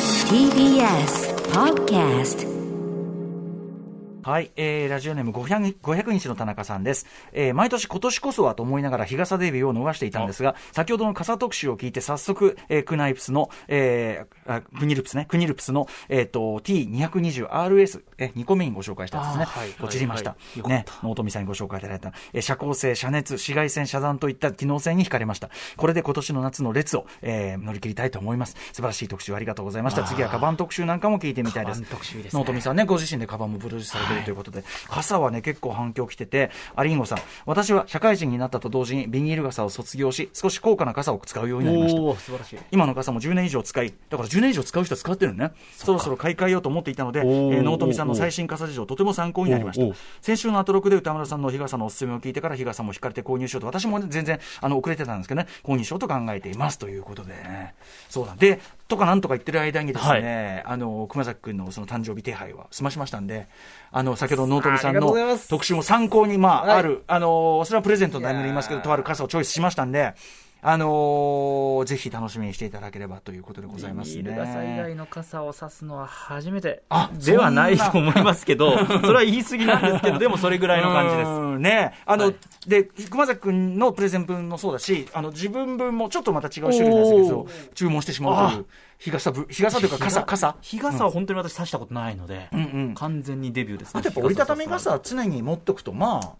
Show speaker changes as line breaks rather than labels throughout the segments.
TBS Podcast
はい、えー、ラジオネーム 500, 500日の田中さんです、えー毎年今年こそはと思いながら日傘デビューを逃していたんですが、先ほどの傘特集を聞いて早速、えークナイプスの、えーあクニルプスね、クニルプスの、えー、と T220RS、えー、2個目にご紹介したやつですね。
あーはい
落ちりました。
はいはいよ
ね、納富さんにご紹介いただいた、えー遮光性、遮熱、紫外線、遮断といった機能性に惹かれました。これで今年の夏の列を、えー乗り切りたいと思います。素晴らしい特集ありがとうございました。次はカバン特集なんかも聞いてみたいです。
カバン特集ですね
納富さんね、ご自身でカバンもプロデュースされてるということで、傘はね、結構反響来てて、アリンゴさん、私は社会人になったと同時にビニール傘を卒業し、少し高価な傘を使うようになりました。
おお素晴らしい
今の傘も10年以上使い、だから10年以上使う人は使ってるのね、そろそろ買い替えようと思っていたので、え
おー
ー納富さんの最新傘事情、とても参考になりまし
おーお
た
ー。
先週のアトロクで歌丸さんの日傘のおすすめを聞いてから、日傘も引かれて購入しようと、私もね全然あの遅れてたんですけどね、購入しようと考えていますということでね、そうなんで、とかなんとか言ってる間にですね、あの熊崎君のその誕生日手配は済ましましたんで、あの先ほどの納富さん
ありがとう
の
ございます
特集も参考に、まあ、
はい
ある、あのそれはプレゼントの題名で言いますけど、とある傘をチョイスしましたんで、あのーぜひ楽しみにしていただければということでございますね。
ビニール傘以外の傘を差すのは初めて
あ
ではない
そん
と思いますけど、 それは言い過ぎなんです けど、でもそれぐらいの感じです。
じです。ねあの、
はい
で、熊崎くんのプレゼン分もそうだし、あの、自分分もちょっとまた違う種類なんですけど
お、
注文してしまうという、日傘ぶ、日傘というか傘、傘。
日傘は本当に私、差したことないので、
うんうん。
完全にデビューですね。
あとやっぱ折りたたみ
日
傘は常に持っとくと、まあ、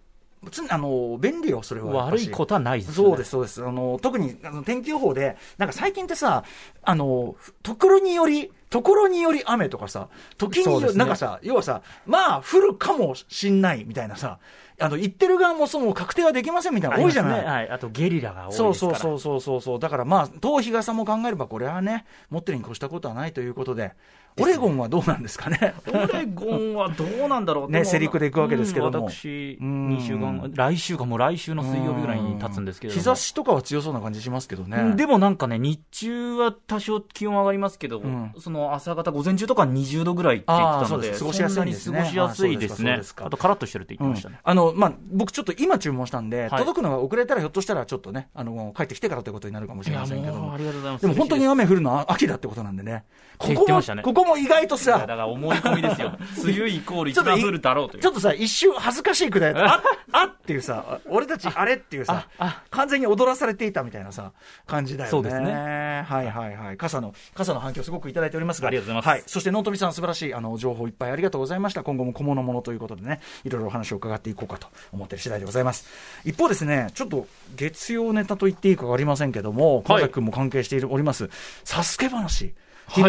常にあの、便利よ、それは
傘
や
は。
っぱ
悪
し。
いことはないですよね。
そうです、そうです。あの、特に、あの、天気予報で、なんか最近ってさ、あの、ところにより、ところにより雨とかさ、時に
そ
よ
うで
り、
すね
なんかさ、要はさ、まあ、降るかもしんないみたいなさ、あの、言ってる側もその確定はできませんみたいな
あ
の
り
多
ま
い
す
じ
ね。
ゃない。
はい。あとゲリラが多いですか
そ
ら。
うそうそうそうそうそう。だからまあ、当日傘も考えれば、これはね、持ってるに越したことはないということで、オレゴンはどうなんですかね。
オレゴンはどうなんだろう
ね
も
セリクで行くわけですけども
うん私、
うん
2週間、来週か、もう来週 の水曜日ぐらいに立つんですけれども、
日差しとかは強そうな感じしますけど
うん
ね。
でもなんかね、日中は多少気温上がりますけど、
ん
その朝方、午前中とかは20度ぐらいって言ってたの
あー
で、
そうです過ごしやすいんですね
そんなに過ごしやすいです
あーそう
ね
で、すかそうですか
あとカラッとしてるって言ってましたね。
あのまあ、僕、ちょっと今注文したんで、
はい
届くのが遅れたら、ひょっとしたらちょっとね、あの帰ってきてからということになるかもしれませんけど
いやもう
も
ありがとうございま、す
でも本当に雨降るのは秋だってことなんでね、こ
って言
こ
って
も
ましたね
ここも意外と
いやだ
さ、
から思い込 みですよ、梅雨イコール一番降るだろうという。
ちょっとさ、一瞬恥ずかしい くらいだったああっていうさ、俺たちあれっていうさ
あ、
完全に踊らされていたみたいなさ、感じだよね。
そうですね
はいはいはい。傘の、傘の反響すごくいただいておりますが、
ありがとうございます
はい。そして、納富さん、素晴らしい、あの、情報いっぱいありがとうございました。今後も小物ものということでね、いろいろお話を伺っていこうかと思っている次第でございます。一方ですね、ちょっと、月曜ネタと言っていいかわかりませんけども、小崎君も関係しているおります、サスケ話。
はい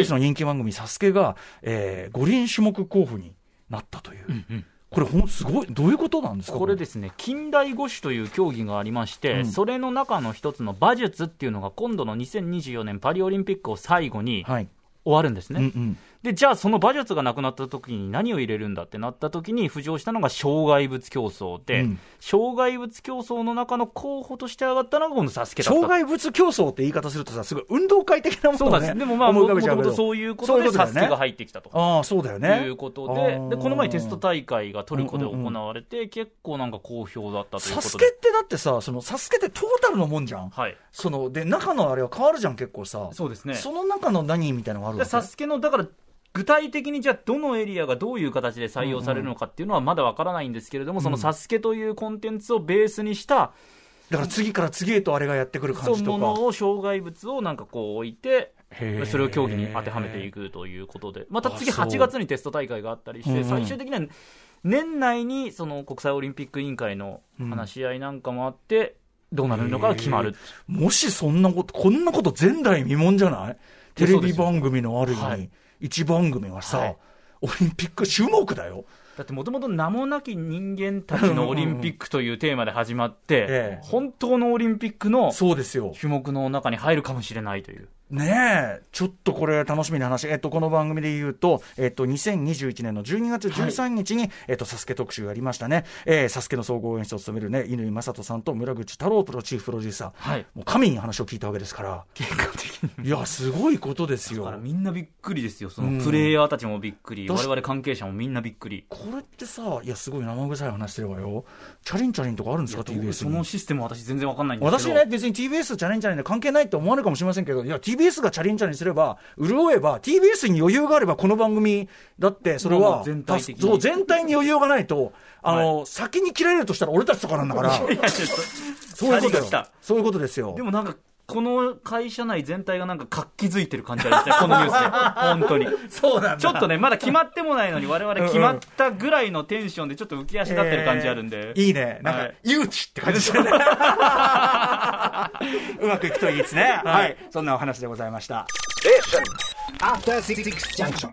TBS の人気番組、サスケが、えー、五輪種目候補になったという。これ、ほん、すごい、どういうことなんですか
これですね近代五種という競技がありまし
う
て、
ん
それの中の一つの馬術っていうのが今度の2024年パリオリンピックを最後に
はい。
終わるんですね、
うんうん。
でじゃあその馬術がなくなった時に何を入れるんだってなった時に浮上したのが障害物競争で、
うん
障害物競争の中の候補として上がったのがこのサスケだった
障害物競争って言い方するとさ、すごい運動会的なも
そう
の
な
を
んで
ね、
す、でもまあ
思い浮
も
か
と
べちゃう
も
けど
とそういうこ
そ
と
ういうこと
で
だ
サ
よ
ス
ね
ケが入ってきたと。
ああ、そうだよ
と
ね。
いうことで
あー
でこの前テスト大会がトルコで行われて、結構なんか好評だったという
サ
こ
ス
と
ケっ
で、
てだってさ、そのサスケってトータルのもんじゃん。
はい、
その、で、中のあれは変わるじゃん、結構さ。
そうですね
その中の何みたいなのがある
で
わ
サ
け
スケのだから具体的にじゃあどのエリアがどういう形で採用されるのかっていうのはまだわからないんですけれども、そのサスケというコンテンツをベースにした
だから次から次へとあれがやってくる感
そう
じと
も
か。
のを障害物をなんかこう置いて
へー
それを競技に当てはめていくということでまた次
あそう
8月にテスト大会があったりし
うんう
て
ん
最終的には年内にその国際オリンピック委員会の話し合いなんかもあってどうなるのかが決まる
もしそんなこと、こんなこと前代未聞じゃ ないテレ
そうで
ビ
すよ
番組のある意
は
味
い、
一番組は
は
さ
い、
オリンピック種目だよ。
だってもともと名もなき人間たちのオリンピックというテーマで始まって、
ええ
本当のオリンピックの
そうですよ。
種目の中に入るかもしれない という。
ねえ、ちょっとこれ楽しみな話。えっと、この番組で言うと、えっと、2021年の12月13日に、えっと、サスケ特集やりましたね。えー、サスケの総合演出を務めるね、乾正人さんと村口太郎プロチーフプロデューサー。
はい
もう神に話を聞いたわけですから。
結果的
いや、すごいことです
だ
よ
から。みんなびっくりですよ、そうの
ん
プレイヤーたちもびっくり、
どう
我
し
々関係者もみんなびっくり、
これってさ、いや、すごい生臭い話してればよ、チャリンチャリンとかあるんですか、TBS に。
そのシステム、私、全然わかんないんです
私
けど、
ね、別に TBS チャレンジャーで関係ないと思われるかもしれませんけど、いや、TBS がチャレンジャーにすれば、潤えば、TBS に余裕があれば、この番組だって、それ
まあまあ
は、
全体的に
そう全体に余裕がないと、あの、先に切られるとしたら俺たちとかなんだから、
いやちょっと
そういうこと
二人が
よ
来た。
そういうことですよ。
でもなんか、この会社内全体がなんか活気づいてる感じありますね、このニュースで、本当に。
そうなん
ちょっとね、まだ決まってもないのに、我々決まったぐらいのテンションで、ちょっと浮き足立ってる感じあるんで、
いいね。なん
は
か
い、
誘致って感じ ですね。うまくいくといいですね。はい。そんなお話でございました。
After Six Junction.